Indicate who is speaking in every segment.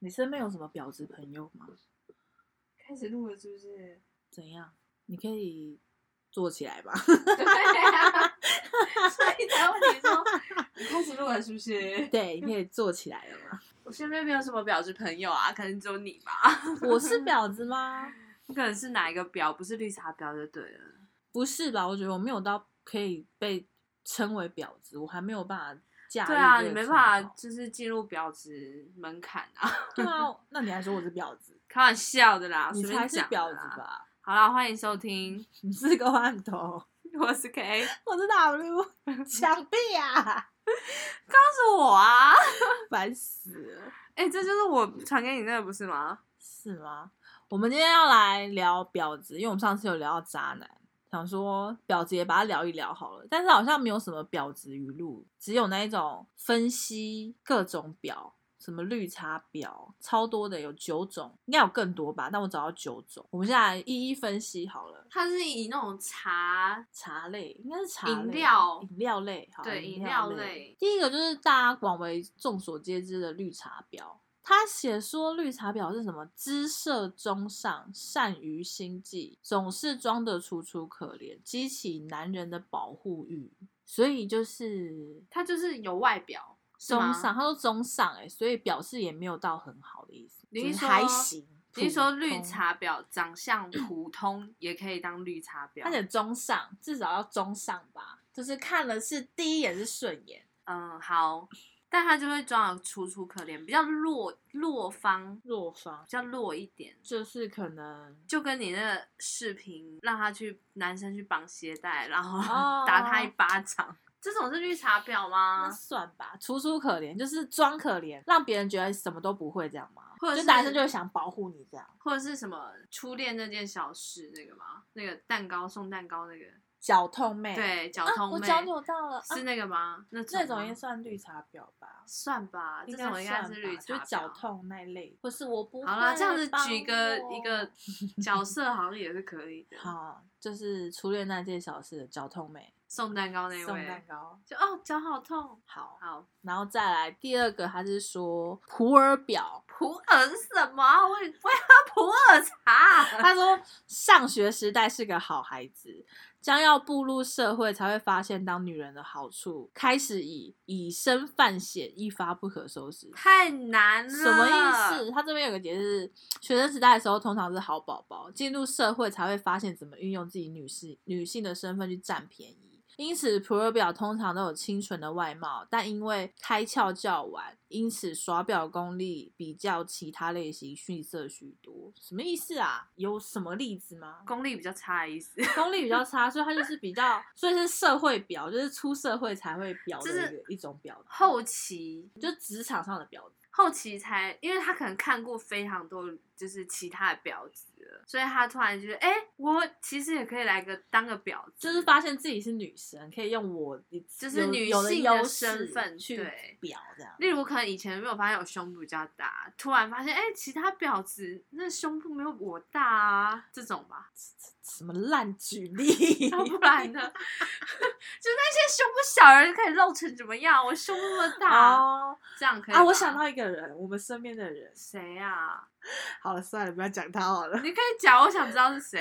Speaker 1: 你身边有什么婊子朋友吗？
Speaker 2: 开始录了是不 是？
Speaker 1: 怎样？你可以做起来吧。
Speaker 2: 对啊，所以才问你说你开始录了是不是？
Speaker 1: 对，你可以做起来了吗？
Speaker 2: 我身边没有什么表示朋友啊，可能只有你吧。
Speaker 1: 我是婊子吗？
Speaker 2: 你可能是哪一个表，不是绿茶婊就对了。
Speaker 1: 不是吧？我觉得我没有到可以被称为婊子，我还没有办法驾驭。
Speaker 2: 对啊，你没办法，。就是进入婊子门槛啊。
Speaker 1: 对啊， 那你还说我是婊子？
Speaker 2: 开玩笑的啦，
Speaker 1: 你
Speaker 2: 啊随便
Speaker 1: 才是
Speaker 2: 讲的
Speaker 1: 婊
Speaker 2: 啦
Speaker 1: 子？吧？
Speaker 2: 好啦，欢迎收听，
Speaker 1: 你是个万头，
Speaker 2: 我是 K，
Speaker 1: 我是 W，想 必啊，
Speaker 2: 他是我啊。
Speaker 1: 烦死了，
Speaker 2: 哎、这就是我传给你那个不是吗？
Speaker 1: 是吗？我们今天要来聊婊子，因为我们上次有聊到渣男，想说婊子也把它聊一聊好了，但是好像没有什么婊子语录，只有那一种分析各种婊。什么绿茶婊，超多的，有九种，应该有更多吧？但我找到九种，我们现在来一一分析好了。
Speaker 2: 它是以那种茶
Speaker 1: 茶类，应该是茶
Speaker 2: 饮
Speaker 1: 类
Speaker 2: 料
Speaker 1: 饮料类，好，
Speaker 2: 对
Speaker 1: 饮
Speaker 2: 饮料
Speaker 1: 类。
Speaker 2: 类
Speaker 1: 第一个就是大家广为众所皆知的绿茶婊，他写说绿茶婊是什么？姿色中上，善于心计，总是装得楚楚可怜，激起男人的保护欲，所以就是
Speaker 2: 它就是有外表，是
Speaker 1: 中
Speaker 2: 吗
Speaker 1: 上。他说中上、欸，哎，所以表示也没有到很好的意思，
Speaker 2: 你
Speaker 1: 就是
Speaker 2: 说
Speaker 1: 还行。
Speaker 2: 你是说
Speaker 1: 普
Speaker 2: 绿
Speaker 1: 通？
Speaker 2: 茶婊长相普通也可以当绿茶婊？
Speaker 1: 他写中上，至少要中上吧，就是看了是第一眼是顺眼。
Speaker 2: 嗯好，但他就会装得楚楚可怜，比较弱弱方，比
Speaker 1: 弱方
Speaker 2: 较弱一点。
Speaker 1: 就是可能
Speaker 2: 就跟你那个视频，让他去男生去绑鞋带，然后
Speaker 1: 哦
Speaker 2: 打他一巴掌这种是绿茶婊
Speaker 1: 那
Speaker 2: 吗？
Speaker 1: 算吧，啊楚楚可怜，就是装可怜，让别人觉得什么都不会这样嘛。
Speaker 2: 或者
Speaker 1: 就是男生就会想保护你这样，
Speaker 2: 或者是什么初恋那件小事那个吗？那个蛋糕送蛋糕那个，
Speaker 1: 脚痛妹，
Speaker 2: 对，脚
Speaker 1: 啊，
Speaker 2: 痛
Speaker 1: 我
Speaker 2: 妹、
Speaker 1: 脚扭到了，啊
Speaker 2: 是那个吗？那
Speaker 1: 这
Speaker 2: 种
Speaker 1: 种
Speaker 2: 吗
Speaker 1: 也算绿茶婊吧？
Speaker 2: 算吧，这种应该
Speaker 1: 算
Speaker 2: 是绿
Speaker 1: 吧，就
Speaker 2: 茶婊。
Speaker 1: 脚痛那一类，或是我不
Speaker 2: 好啦，
Speaker 1: 会哦
Speaker 2: 这样子
Speaker 1: 帮
Speaker 2: 举一个
Speaker 1: 我
Speaker 2: 一个角色好像也是可以的。
Speaker 1: 好，就是初恋那件小事的脚痛妹，
Speaker 2: 送蛋糕那
Speaker 1: 送蛋
Speaker 2: 位，
Speaker 1: 糕，
Speaker 2: 就哦脚好痛，
Speaker 1: 好，
Speaker 2: 好
Speaker 1: 然后再来第二个，他是说普洱婊，
Speaker 2: 普洱是什么？我也不会喝普洱茶。
Speaker 1: 他说，上学时代是个好孩子，将要步入社会才会发现当女人的好处，开始以以身犯险，一发不可收拾。
Speaker 2: 太难了，
Speaker 1: 什么意？思？他这边有个解释：学生时代的时候通常是好宝宝，进入社会才会发现怎么运用自己女士女性的身份去占便宜。因此，普洱表通常都有清纯的外貌，但因为开窍较晚，因此耍表功力比较其他类型逊色许多。什么意思啊？有什么例子吗？
Speaker 2: 功力比较差的意思，
Speaker 1: 功力比较差，所以他就是比较，所以是社会表，就是出社会才会表的
Speaker 2: 就
Speaker 1: 一个、
Speaker 2: 是
Speaker 1: 一种表，
Speaker 2: 后期
Speaker 1: 就职场上的表
Speaker 2: 后期才，因为他可能看过非常多就是其他的婊子了，所以他突然觉得，哎、我其实也可以来个当个婊子，
Speaker 1: 就是发现自己是女生，可以用我
Speaker 2: 就是女
Speaker 1: 有有
Speaker 2: 性
Speaker 1: 的
Speaker 2: 的
Speaker 1: 优
Speaker 2: 身
Speaker 1: 势
Speaker 2: 份
Speaker 1: 去
Speaker 2: 对
Speaker 1: 表这样。
Speaker 2: 例如，可能以前没有发现我胸部比较大，突然发现，哎、其他婊子那胸部没有我大啊，这种吧，
Speaker 1: 什么烂举例？
Speaker 2: 要不 然呢？ 就那些胸部小人可以露成怎么样？我胸部那么大，
Speaker 1: 哦
Speaker 2: 这样可以
Speaker 1: 啊！我
Speaker 2: 吧
Speaker 1: 想到一个人，我们身边的人。
Speaker 2: 谁啊？
Speaker 1: 好了，算了，不要讲他好了。
Speaker 2: 你可以讲，我想知道是谁。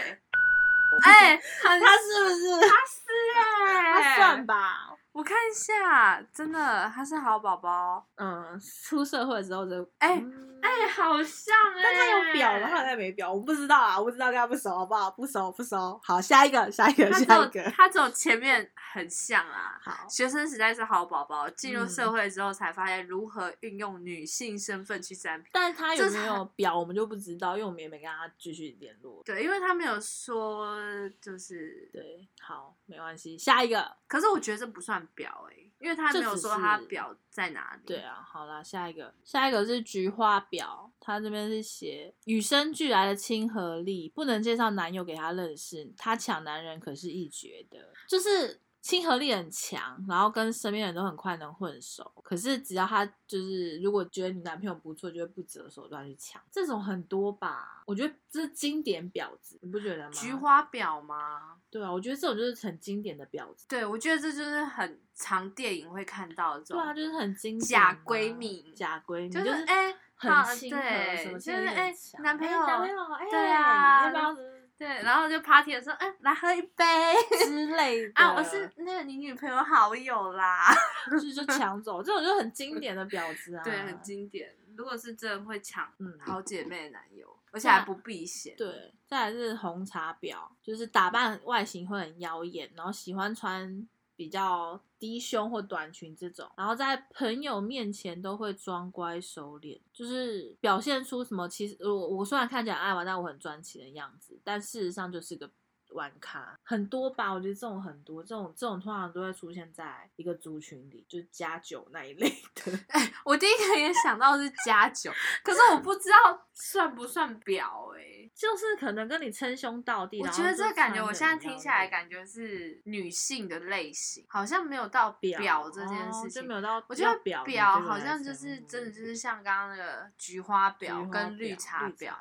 Speaker 2: 哎、很
Speaker 1: 他是不 是？
Speaker 2: 是哎、
Speaker 1: 他算吧。
Speaker 2: 我看一下，真的，他是好宝宝。
Speaker 1: 嗯，出社会之后就
Speaker 2: 哎
Speaker 1: 嗯
Speaker 2: 哎、好像哎、
Speaker 1: 但他有表吗？他好像没表，我不知道啊，我不知道跟他不熟，好不好？不熟不熟。好，下一个，下一个，
Speaker 2: 他
Speaker 1: 下一
Speaker 2: 只
Speaker 1: 个
Speaker 2: 有。他只有前面很像啊。
Speaker 1: 好，
Speaker 2: 学生时代是好宝宝，进入
Speaker 1: 嗯
Speaker 2: 社会之后才发现如何运用女性身份去占便宜。
Speaker 1: 但是他有
Speaker 2: 这
Speaker 1: 没
Speaker 2: 是
Speaker 1: 有表，我们就不知道，因为我们也没跟他继续联络。
Speaker 2: 对，因为他没有说就是，
Speaker 1: 对，好，没关系，下一个。
Speaker 2: 可是我觉得这不算表哎、因为他
Speaker 1: 这
Speaker 2: 没有
Speaker 1: 只
Speaker 2: 说他
Speaker 1: 是
Speaker 2: 表在哪里。
Speaker 1: 对，啊，好啦，下一个，下一个是菊花婊，他这边是写与生俱来的亲和力，不能介绍男友给他认识，他抢男人可是一绝的，就是亲和力很强，然后跟身边人都很快能混熟，可是只要他就是如果觉得你男朋友不错，就会不择手段去抢，这种很多吧，我觉得这是经典婊子，你不觉得吗？
Speaker 2: 菊，花婊吗？
Speaker 1: 对啊，我觉得这种就是很经典的婊子，
Speaker 2: 对，我觉得这就是很常电影会看到的这
Speaker 1: 对啊
Speaker 2: 种，
Speaker 1: 啊，就是很经典
Speaker 2: 假
Speaker 1: 嘛
Speaker 2: 闺蜜
Speaker 1: 假闺蜜，
Speaker 2: 就是是哎、啊
Speaker 3: 很亲和，
Speaker 2: 对
Speaker 3: 什么
Speaker 2: 就
Speaker 3: 亲和
Speaker 2: 是
Speaker 3: 力
Speaker 2: 哎
Speaker 3: 很强。
Speaker 2: 男朋
Speaker 3: 哎
Speaker 2: 友
Speaker 3: 男朋友，哎，
Speaker 2: 对啊
Speaker 3: 要不要
Speaker 2: 对，然后就 party 的时候，嗯，来喝一杯
Speaker 1: 之类的
Speaker 2: 啊，我是那个你女朋友好友啦，
Speaker 1: 就是就抢走，这种就很经典的婊子啊，
Speaker 2: 对，很经典。如果是真的会抢
Speaker 1: 嗯，好。
Speaker 2: 好姐妹的男友，而且还
Speaker 1: 那
Speaker 2: 不避嫌，
Speaker 1: 对，再来是红茶婊，就是打扮外形会很妖艳，然后喜欢穿比较低胸或短裙这种，然后在朋友面前都会装乖收敛，就是表现出什么其实我我虽然看起来爱玩，但我很专情的样子，但事实上就是个。玩咖很多吧，我觉得这种很多，这种这种通常都会出现在一个族群里，就是家酒那一类的。
Speaker 2: 我第一个也想到是加酒，可是我不知道算不算表哎、
Speaker 1: 就是可能跟你称兄道弟。
Speaker 2: 我
Speaker 1: 然
Speaker 2: 觉
Speaker 1: 后
Speaker 2: 得
Speaker 1: 就
Speaker 2: 这感
Speaker 1: 穿
Speaker 2: 觉，
Speaker 1: 得
Speaker 2: 我
Speaker 1: 很
Speaker 2: 现在听
Speaker 1: 妖
Speaker 2: 下来
Speaker 1: 艳
Speaker 2: 感觉是女性的类型，好像没有到表这件
Speaker 1: 哦
Speaker 2: 事
Speaker 1: 就
Speaker 2: 情。
Speaker 1: 没有到
Speaker 2: 我觉得
Speaker 1: 表
Speaker 2: 表好像就是真的就是像刚刚那个菊花表跟绿茶
Speaker 1: 婊
Speaker 2: 表，。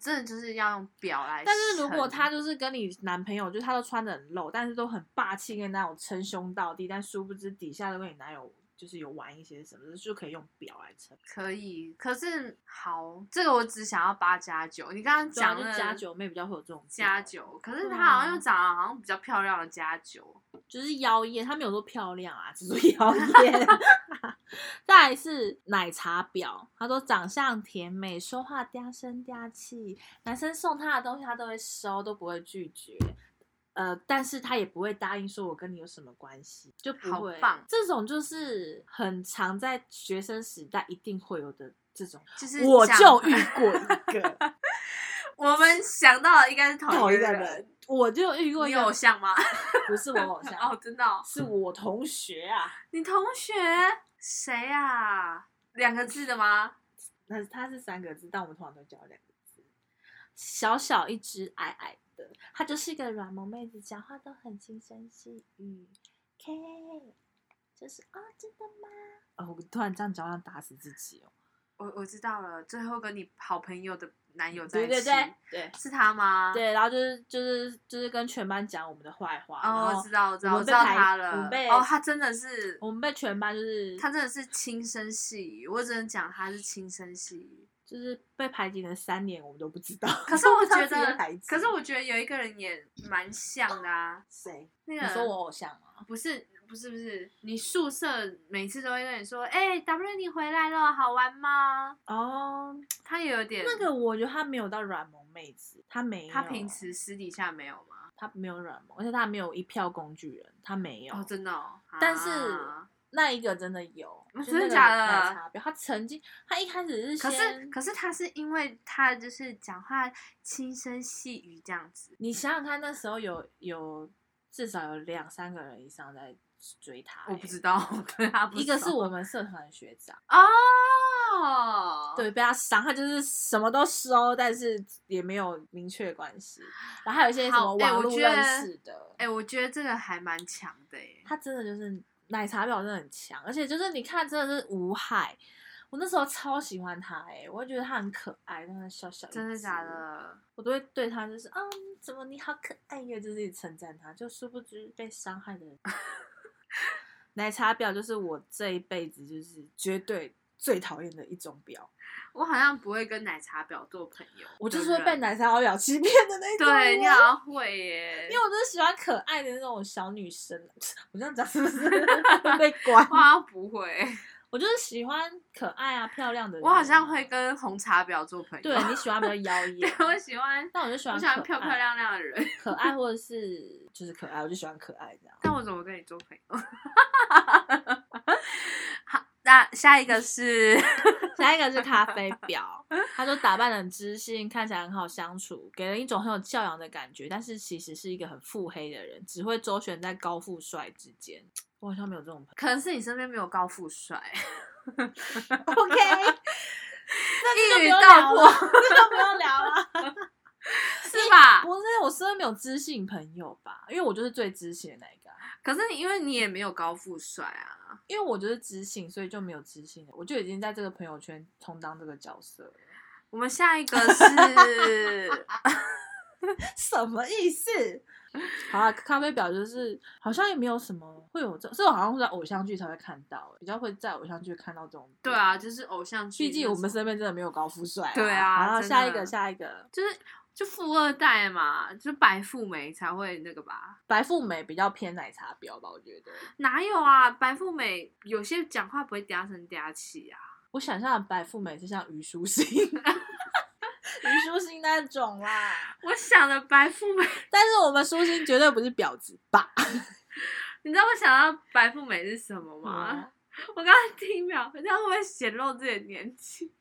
Speaker 2: 真的就是要用表来称。
Speaker 1: 但是如果他就是跟你男朋友，就是他都穿的很露，但是都很霸气，跟你男友称兄道弟，但殊不知底下都跟你男友就是有玩一些什么，就可以用表来称。
Speaker 2: 可以，可是好，这个我只想要八加九。你刚刚
Speaker 1: 讲
Speaker 2: 讲
Speaker 1: 啊就
Speaker 2: 了
Speaker 1: 加九妹比较会有这种
Speaker 2: 加
Speaker 1: 表，
Speaker 2: 九，可是
Speaker 1: 对
Speaker 2: 他好
Speaker 1: 啊
Speaker 2: 像又长得好像比较漂亮的加九。
Speaker 1: 就是妖艳，她没有说漂亮啊，只说 妖艳。啊再来是奶茶婊，她说长相甜美，说话嗲声嗲气，男生送她的东西她都会收，都不会拒绝。呃，但是她也不会答应说我跟你有什么关系，就不
Speaker 2: 好
Speaker 1: 会。
Speaker 2: 棒
Speaker 1: 这种就是很常在学生时代一定会有的这种，
Speaker 2: 就是
Speaker 1: 我
Speaker 2: 讲
Speaker 1: 就 遇过一个，
Speaker 2: 我们想到的应该是同
Speaker 1: 讨
Speaker 2: 一
Speaker 1: 厌
Speaker 2: 个
Speaker 1: 的人，我就遇过
Speaker 2: 你
Speaker 1: 一
Speaker 2: 有
Speaker 1: 个
Speaker 2: 偶，像吗？
Speaker 1: 不是我偶像，
Speaker 2: 哦，真的哦、
Speaker 1: 是我同学啊。
Speaker 2: 你同学谁啊？两个字的吗？
Speaker 1: 那它是三个字，但我们通常都叫两个字。小小一只，矮矮的，她就是一个软萌妹子，讲话都很轻声细语。K，就是啊、真的吗？哦，我突然这样讲，我想打死自己哦。
Speaker 2: 我我知道了，最后跟你好朋友的男友在一
Speaker 1: 对
Speaker 2: 起，
Speaker 1: 对对对
Speaker 2: 是他吗？。
Speaker 1: 对，然后就是就是就是跟全班讲我们的坏话，
Speaker 2: 哦，
Speaker 1: 然
Speaker 2: 我
Speaker 1: 后
Speaker 2: 知道，我知道，
Speaker 1: 我
Speaker 2: 我
Speaker 1: 们
Speaker 2: 知
Speaker 1: 被
Speaker 2: 道
Speaker 1: 排
Speaker 2: 他
Speaker 1: 我
Speaker 2: 了
Speaker 1: 们。被
Speaker 2: 哦，他真的是，
Speaker 1: 我们被全班就是
Speaker 2: 他真的是轻声细语。我只能讲他是轻声细语。
Speaker 1: 就是被排挤了三年， 我们都不知道。
Speaker 2: 可是我
Speaker 1: 他
Speaker 2: 觉
Speaker 1: 自己被
Speaker 2: 得
Speaker 1: 排，挤
Speaker 2: 可是我觉得有一个人也蛮像的啊。
Speaker 1: 谁？
Speaker 2: 那
Speaker 1: 你
Speaker 2: 个
Speaker 1: 说我偶像吗？
Speaker 2: 不是不是不是，你宿舍每次都会跟你说，哎、w 你回来了，好玩吗？
Speaker 1: 哦，
Speaker 2: 他也有点
Speaker 1: 那个，我觉得他没有到软萌妹子，他没有。
Speaker 2: 他平时私底下没有吗？
Speaker 1: 他没有软萌，而且他没有一票工具人，他没有。
Speaker 2: 哦，真的哦。
Speaker 1: 但是
Speaker 2: 啊
Speaker 1: 那一个真的有，
Speaker 2: 嗯
Speaker 1: 就是那个
Speaker 2: 真的假的
Speaker 1: 奶茶婊，他曾经，他一开始是
Speaker 2: 可是
Speaker 1: 先，
Speaker 2: 可是他是因为他就是讲话轻声细语这样子，
Speaker 1: 你想想看，那时候有有至少有两三个人以上在追他、
Speaker 2: 我不
Speaker 1: 欸
Speaker 2: 知道，我对他不
Speaker 1: 一个
Speaker 2: 熟
Speaker 1: 是我们社团的学长，
Speaker 2: 哦，，
Speaker 1: 对，被他伤，他就是什么都收，但是也没有明确关系。然后还有一些什么
Speaker 2: 好哎
Speaker 1: 网
Speaker 2: 我
Speaker 1: 络
Speaker 2: 觉得
Speaker 1: 认识的，
Speaker 2: 哎、我觉得这个还蛮强的耶。
Speaker 1: 他真的就是奶茶婊，真的很强，而且就是你看，真的是无害。我那时候超喜欢他哎、我觉得他很可爱，真的小小一只
Speaker 2: 真的假？的？
Speaker 1: 我都会对他就是啊，你怎么你好可爱呀，就是一直称赞他，就殊不知被伤害的人。 奶茶婊就是我这一辈子就是绝对最讨厌的一种婊，
Speaker 2: 我好像不会跟奶茶婊做朋友，
Speaker 1: 我就
Speaker 2: 对
Speaker 1: 是会
Speaker 2: 不
Speaker 1: 被
Speaker 2: 对
Speaker 1: 奶茶婊欺骗的那种人。
Speaker 2: 对你好像会耶，
Speaker 1: 因为我就是喜欢可爱的那种小女生，我这样讲是不是 会被管？
Speaker 2: 我好像不会，
Speaker 1: 我就是喜欢可爱啊、漂亮的人。
Speaker 2: 我好像会跟红茶婊做朋 友。
Speaker 1: 对你喜欢比较妖艳，
Speaker 2: 对，我喜欢，
Speaker 1: 但我就喜
Speaker 2: 我
Speaker 1: 欢
Speaker 2: 喜欢
Speaker 1: 可
Speaker 2: 漂漂
Speaker 1: 爱、
Speaker 2: 亮亮 的人。
Speaker 1: 可 爱或者是就是可爱，我就喜欢可爱这样。
Speaker 2: 但我怎么跟你做朋友？ 好，那下一个是
Speaker 1: 下一个是咖啡婊，她说打扮得很知性，看起来很好相处，给人一种很有教养的感觉，但是其实是一个很腹黑的人，只会周旋在高富帅之 间。我好像没有这种朋
Speaker 2: 可能是你身边没有高富帅，
Speaker 1: 友。OK，那
Speaker 2: 一
Speaker 1: 这
Speaker 2: 语
Speaker 1: 就不用
Speaker 2: 道
Speaker 1: 聊
Speaker 2: 破
Speaker 1: 了，这就不用聊了。
Speaker 2: 是吧？
Speaker 1: 不是，我身边没有知性朋友吧？因为我就是最知性的那一个啊、
Speaker 2: 可是你因为你也没有高富帅啊，
Speaker 1: 因为我就是知性，所以就没有知性的，我就已经在这个朋友圈充当这个角色了。
Speaker 2: 我们下一个是
Speaker 1: 什么意思？ 好啊，咖啡婊就是好像也没有什么会有这，这种好像是在偶像剧才会看到，欸比较会在偶像剧看到这种。
Speaker 2: 对啊，，就是偶像剧那种。
Speaker 1: 毕竟我们身边真的没有高富帅、
Speaker 2: 对啊
Speaker 1: 然后
Speaker 2: 真的
Speaker 1: 下一个，下一个，
Speaker 2: 就是就富二代嘛，就白富美才会那个吧？
Speaker 1: 白富美比较偏奶茶婊吧，我觉得。
Speaker 2: 哪有啊？白富美有些讲话不会嗲声嗲气啊。
Speaker 1: 我想象的白富美是像虞书欣， 虞书欣那种啦。
Speaker 2: 我想的白富美，
Speaker 1: 但是我们舒心绝对不是婊子吧？
Speaker 2: 你知道我想到白富美是什么吗？
Speaker 1: 嗯
Speaker 2: 我刚刚听秒，这样会不会显露自己的年纪？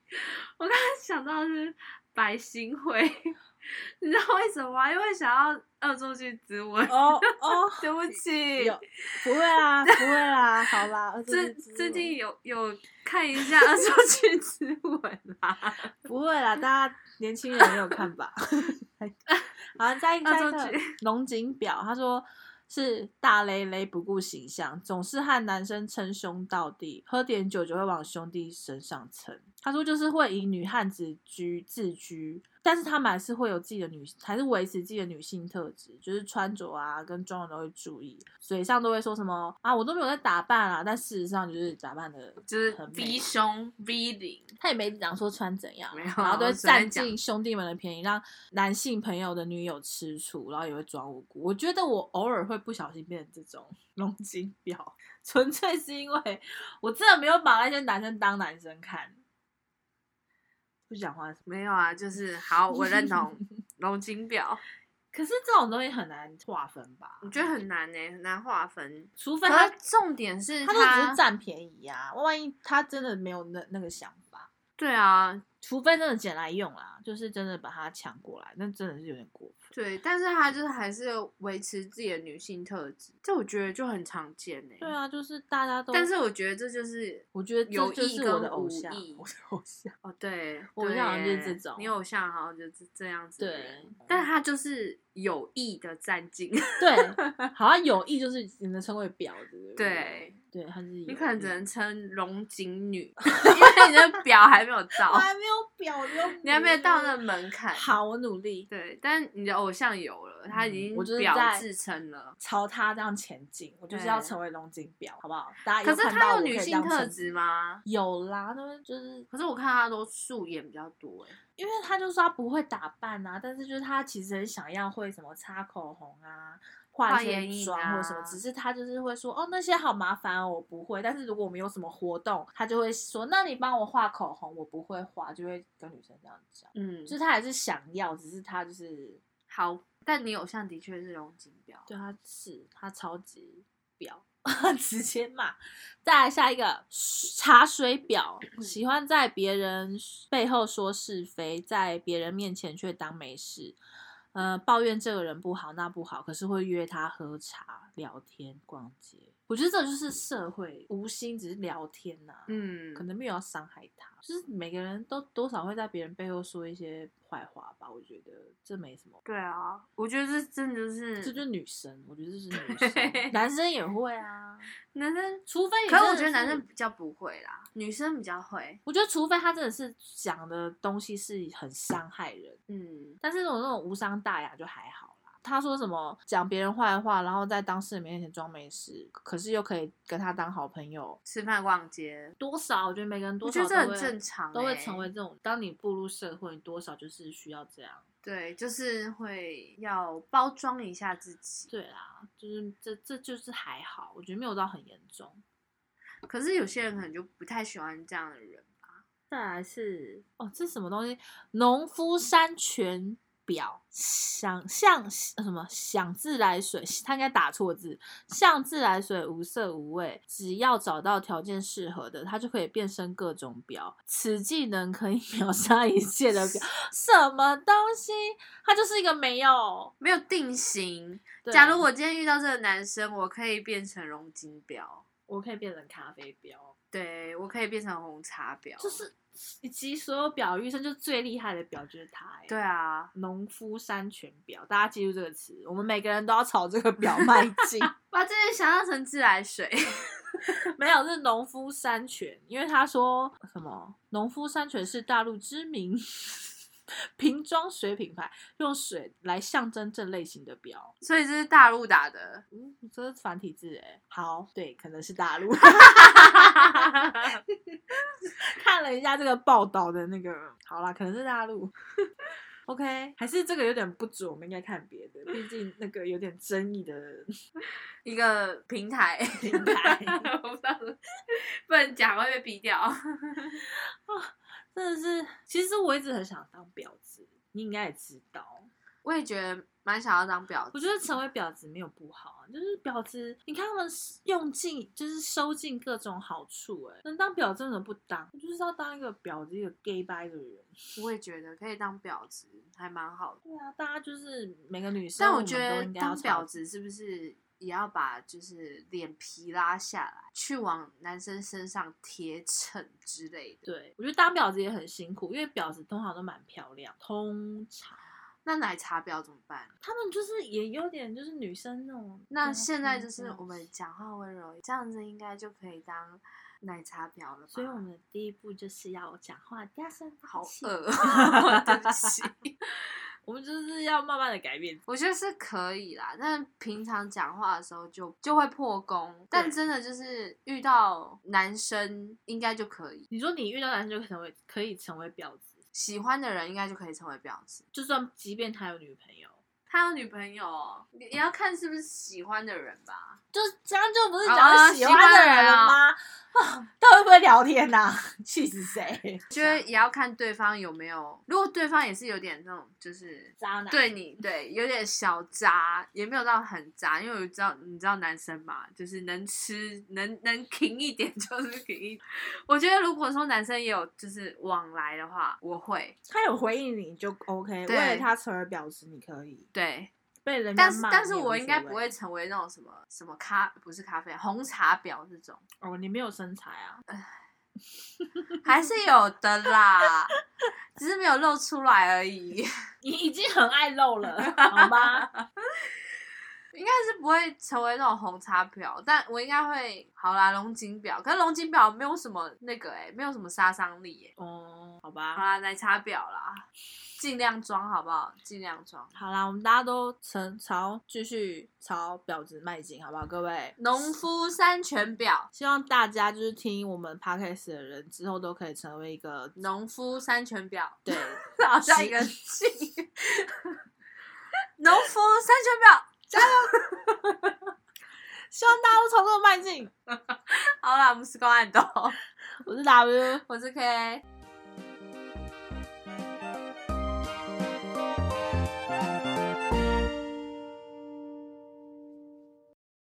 Speaker 2: 我刚刚想到的是白新慧， 你知道为什么吗？因为想要恶作剧之吻。
Speaker 1: 哦哦，
Speaker 2: 对不起，
Speaker 1: 有不会啦，不会啦，好啦，恶作
Speaker 2: 最
Speaker 1: 剧之
Speaker 2: 最
Speaker 1: 吻
Speaker 2: 近有有看一下恶作剧之吻啦，
Speaker 1: 不会啦，大家年轻人没有看吧？好，再一个，
Speaker 2: 恶
Speaker 1: 再一
Speaker 2: 作
Speaker 1: 个
Speaker 2: 剧
Speaker 1: 龙井表，他说是大雷雷不顾形象，总是和男生称兄道弟，喝点酒就会往兄弟身上蹭。他说就是会以女汉子居自居，但是他们还是会有自己的女，还是维持自己的女性特质，就是穿着啊跟妆容都会注意，嘴上都会说什么啊我都没有在打扮啊，但事实上就是打扮的
Speaker 2: 就是
Speaker 1: 很美
Speaker 2: V 胸 V 领，
Speaker 1: 他也没讲说穿怎样，
Speaker 2: 没有
Speaker 1: 然后都会
Speaker 2: 我随便
Speaker 1: 占
Speaker 2: 讲
Speaker 1: 尽兄弟们的便宜，让男性朋友的女友吃醋，然后也会装无辜。我觉得我偶尔会不小心变成这种龙金婊，纯粹是因为我真的没有把那些男生当男生看。不讲话是吗
Speaker 2: 没有啊，就是好，我认同 龙金表，
Speaker 1: 可是这种东西很难划分吧？
Speaker 2: 我觉得很难呢、欸很难划分。
Speaker 1: 除非
Speaker 2: 可
Speaker 1: 他
Speaker 2: 是重点是
Speaker 1: 他
Speaker 2: 他
Speaker 1: 就只是占便宜呀、万一他真的没有那那个想法，
Speaker 2: 对啊，
Speaker 1: 除非真的捡来用啦，就是真的把他抢过来，那真的是有点过分。
Speaker 2: 对，但是她就是还是维持自己的女性特质，这我觉得就很常见呢、
Speaker 1: 对，啊，就是大家都，
Speaker 2: 但是我觉得这就是
Speaker 1: 我觉得这
Speaker 2: 有
Speaker 1: 就
Speaker 2: 意
Speaker 1: 是我
Speaker 2: 跟
Speaker 1: 的偶
Speaker 2: 无
Speaker 1: 像，
Speaker 2: 意
Speaker 1: 我的偶像。
Speaker 2: 哦，对，
Speaker 1: 我偶
Speaker 2: 对
Speaker 1: 像好像就是
Speaker 2: 耶
Speaker 1: 这种
Speaker 2: 你偶像好像就是这样子的
Speaker 1: 对
Speaker 2: 人， 但他就是有意的占尽，
Speaker 1: 对，好像有意就是只能称为婊子。不
Speaker 2: 对
Speaker 1: 对，他是有
Speaker 2: 你可能
Speaker 1: 意
Speaker 2: 只能哦称龙 井女，因为你的表还没有
Speaker 1: 我
Speaker 2: 到，
Speaker 1: 还没有婊子，
Speaker 2: 你还没有到那个门槛。
Speaker 1: 好，我努力
Speaker 2: 对，但你的偶像有了，他已
Speaker 1: 嗯
Speaker 2: 经
Speaker 1: 我就是
Speaker 2: 表
Speaker 1: 在
Speaker 2: 自称了。
Speaker 1: 朝他这样前进，我就是
Speaker 2: 对
Speaker 1: 要成为龙井婊，好不好？大家
Speaker 2: 可
Speaker 1: 啊有
Speaker 2: 是
Speaker 1: 看到
Speaker 2: 他
Speaker 1: 我
Speaker 2: 有
Speaker 1: 可以
Speaker 2: 女
Speaker 1: 这
Speaker 2: 性
Speaker 1: 样
Speaker 2: 特
Speaker 1: 成
Speaker 2: 质
Speaker 1: 功？
Speaker 2: 吗？
Speaker 1: 有啦，那边就是
Speaker 2: 可是我看他都素颜比较多哎。
Speaker 1: 因为他就说他不会打扮啊，但是就是他其实很想要会什么擦口红啊、化
Speaker 2: 画
Speaker 1: 一些
Speaker 2: 眼影
Speaker 1: 妆或什么，
Speaker 2: 啊
Speaker 1: 只是他就是会说哦那些好麻烦哦，我不会。但是如果我们有什么活动，他就会说那你帮我画口红，我不会画，就会跟女生这样讲。
Speaker 2: 嗯
Speaker 1: 就是他还是想要，只是他就是
Speaker 2: 好，但你偶像的确是龙井标，
Speaker 1: 对他是他超级婊， 直接骂。再来下一个茶水婊，喜欢在别人背后说是非，在别人面前却当没事。呃，抱怨这个人不好那不好，可是会约他喝茶、聊天、逛街。我觉得这就是社会无心，只是聊天呐、
Speaker 2: 嗯，
Speaker 1: 可能没有要伤害他，就是每个人都多少会在别人背后说一些坏话吧。我觉得这没什么
Speaker 2: 对啊，我觉得这真的就是，
Speaker 1: 这就是女生，我觉得这是女生，男生也会啊，
Speaker 2: 男生，
Speaker 1: 除非你
Speaker 2: 可是
Speaker 1: 真
Speaker 2: 我
Speaker 1: 的
Speaker 2: 觉得男
Speaker 1: 是
Speaker 2: 生，比较不会啦，女生比较会，
Speaker 1: 我觉得除非他真的是讲的东西是很伤害人，
Speaker 2: 嗯，
Speaker 1: 但是那种那种无伤大雅就还好啦。他说什么讲别人坏话，然后在当事人面前装没事，可是又可以跟他当好朋友，
Speaker 2: 吃饭逛街，
Speaker 1: 多少我觉得每个人
Speaker 2: 我
Speaker 1: 多
Speaker 2: 觉
Speaker 1: 少都
Speaker 2: 得这很
Speaker 1: 会
Speaker 2: 正常、欸，
Speaker 1: 都会成为这种，当你步入社会，你多少就是需要这样。
Speaker 2: 对，就是会要包装一下自己。
Speaker 1: 对啦，就是这这就是还好，我觉得没有到很严重。
Speaker 2: 可是有些人可能就不太喜欢这样的人吧。
Speaker 1: 再来是哦，这是什么东西？农夫山泉表，想像呃什么想自来水，他应该打错字，像自来水无色无味，只要找到条件适合的，它就可以变身各种表。此技能可以 秒杀一切的表，什么东西？它就是一个没有。
Speaker 2: 没有定型。
Speaker 1: 对
Speaker 2: 假如我今天遇到这个男生，我可以变成龙金表，
Speaker 1: 我可以变成咖啡表，
Speaker 2: 对我可以变成红茶表，
Speaker 1: 就是以及所有表医生就最厉害的表就是它、欸。
Speaker 2: 对啊，
Speaker 1: 农夫山泉表，大家记住这个词，我们每个人都要朝这个 表迈 进。
Speaker 2: 把这些想象成自来水。
Speaker 1: 没有，是农夫山泉，因为他说什么？农夫山泉是大陆知名 瓶装水品牌，用水来象征这类型的标。。
Speaker 2: 所以这是大陆打的
Speaker 1: 嗯，这是繁体字哎。好，对，可能是大陆。 看了一下这个报道的那个，好啦，可能是大陆。OK，还是这个有点不准，我们应该看别的，毕竟那个有点争议的
Speaker 2: 一个平台，
Speaker 1: 平台，
Speaker 2: 我不知道怎么，不能讲会被逼掉。
Speaker 1: 真的是。其实我一直很想当婊子，你应该也知道。
Speaker 2: 我也觉得蛮想要当婊
Speaker 1: 我
Speaker 2: 子，
Speaker 1: 觉得成为婊子没有不好啊，就是婊子，你看他们用尽，就是收尽各种好处、欸，哎，能当婊子怎么不当？我就是要当一个婊子，一个 gay 掰的人。
Speaker 2: 我也觉得可以当婊子，还蛮好的。
Speaker 1: 对啊，大家就是每个女生，
Speaker 2: 但
Speaker 1: 我
Speaker 2: 我
Speaker 1: 们
Speaker 2: 觉
Speaker 1: 都
Speaker 2: 得
Speaker 1: 应该要
Speaker 2: 当婊
Speaker 1: 朝
Speaker 2: 子是不是也要把就是脸皮拉下来，去往男生身上贴衬之类的？
Speaker 1: 对，我觉得当婊子也很辛苦，因为婊子通常都蛮漂亮，通常
Speaker 2: 那奶茶婊怎么办？
Speaker 1: 他们就是也有点就是女生那种。
Speaker 2: 那
Speaker 1: 嗯
Speaker 2: 现在就
Speaker 1: 嗯
Speaker 2: 是
Speaker 1: 嗯
Speaker 2: 我们讲话温柔，这样子应该就可以当奶茶婊了吧？
Speaker 1: 所以我们的第一步就是要讲话大声大
Speaker 2: 好
Speaker 1: 气
Speaker 2: 饿哦， 对不起。
Speaker 1: 我们就是要慢慢的改变。
Speaker 2: 我觉得是可以啦，但平常讲话的时候就就会破功，但
Speaker 1: 对
Speaker 2: 真的就是遇到男生应该就可以，
Speaker 1: 你说你遇到男生就可以成为可以成为婊子，
Speaker 2: 喜欢的人应该就可以成为婊子。
Speaker 1: 就算即便他有女朋友，
Speaker 2: 他有女朋友哦，也要看是不是喜欢的人吧。
Speaker 1: 就这样就不是
Speaker 2: 哦
Speaker 1: 讲喜
Speaker 2: 喜
Speaker 1: 欢
Speaker 2: 欢
Speaker 1: 的
Speaker 2: 的
Speaker 1: 人
Speaker 2: 人
Speaker 1: 了
Speaker 2: 啊
Speaker 1: 吗？啊，他会不会聊天呐、 气死谁？
Speaker 2: 我觉得也要看对方有没有，如果对方也是有点那种，就是
Speaker 1: 渣男
Speaker 2: 对你对有点小渣，也没有到很渣，因为我知道你知道男生嘛，就是能吃能能停一点就是 停一点。我觉得如果说男生也有就是往来的话，我会
Speaker 1: 他有回应你就 OK，为
Speaker 2: 对
Speaker 1: 了他成为婊子你可以
Speaker 2: 对，
Speaker 1: 被人家
Speaker 2: 但是
Speaker 1: 骂，
Speaker 2: 但
Speaker 1: 你
Speaker 2: 是
Speaker 1: 也无
Speaker 2: 我应该
Speaker 1: 所
Speaker 2: 不
Speaker 1: 谓
Speaker 2: 会成为那种什么什么咖不是咖啡红茶婊 这种，
Speaker 1: 哦，你没有身材啊，
Speaker 2: 还是有的啦，只是没有露出来而已。
Speaker 1: 你已经很爱露了，好 吗？
Speaker 2: 应该是不会成为那种红茶婊，但我应该会好啦，龙井婊。可是龙井婊没有什么那个哎、没有什么杀伤力哎、
Speaker 1: 哦，好
Speaker 2: 好
Speaker 1: 吧，
Speaker 2: 啦，奶茶婊啦，尽量装好不好？尽量装。
Speaker 1: 好啦，我们大家都成朝继续朝婊子迈进，好不好，各位？
Speaker 2: 农夫山泉婊，
Speaker 1: 希望大家就是听我们 podcast 的人之后都可以成为一个
Speaker 2: 农夫山泉婊，
Speaker 1: 对
Speaker 2: 好像一个姓。 农夫山泉
Speaker 1: 希望大家都朝这个迈进。
Speaker 2: 婊，好啦，我们是公案斗，
Speaker 1: 我是 W，
Speaker 2: 我是 K。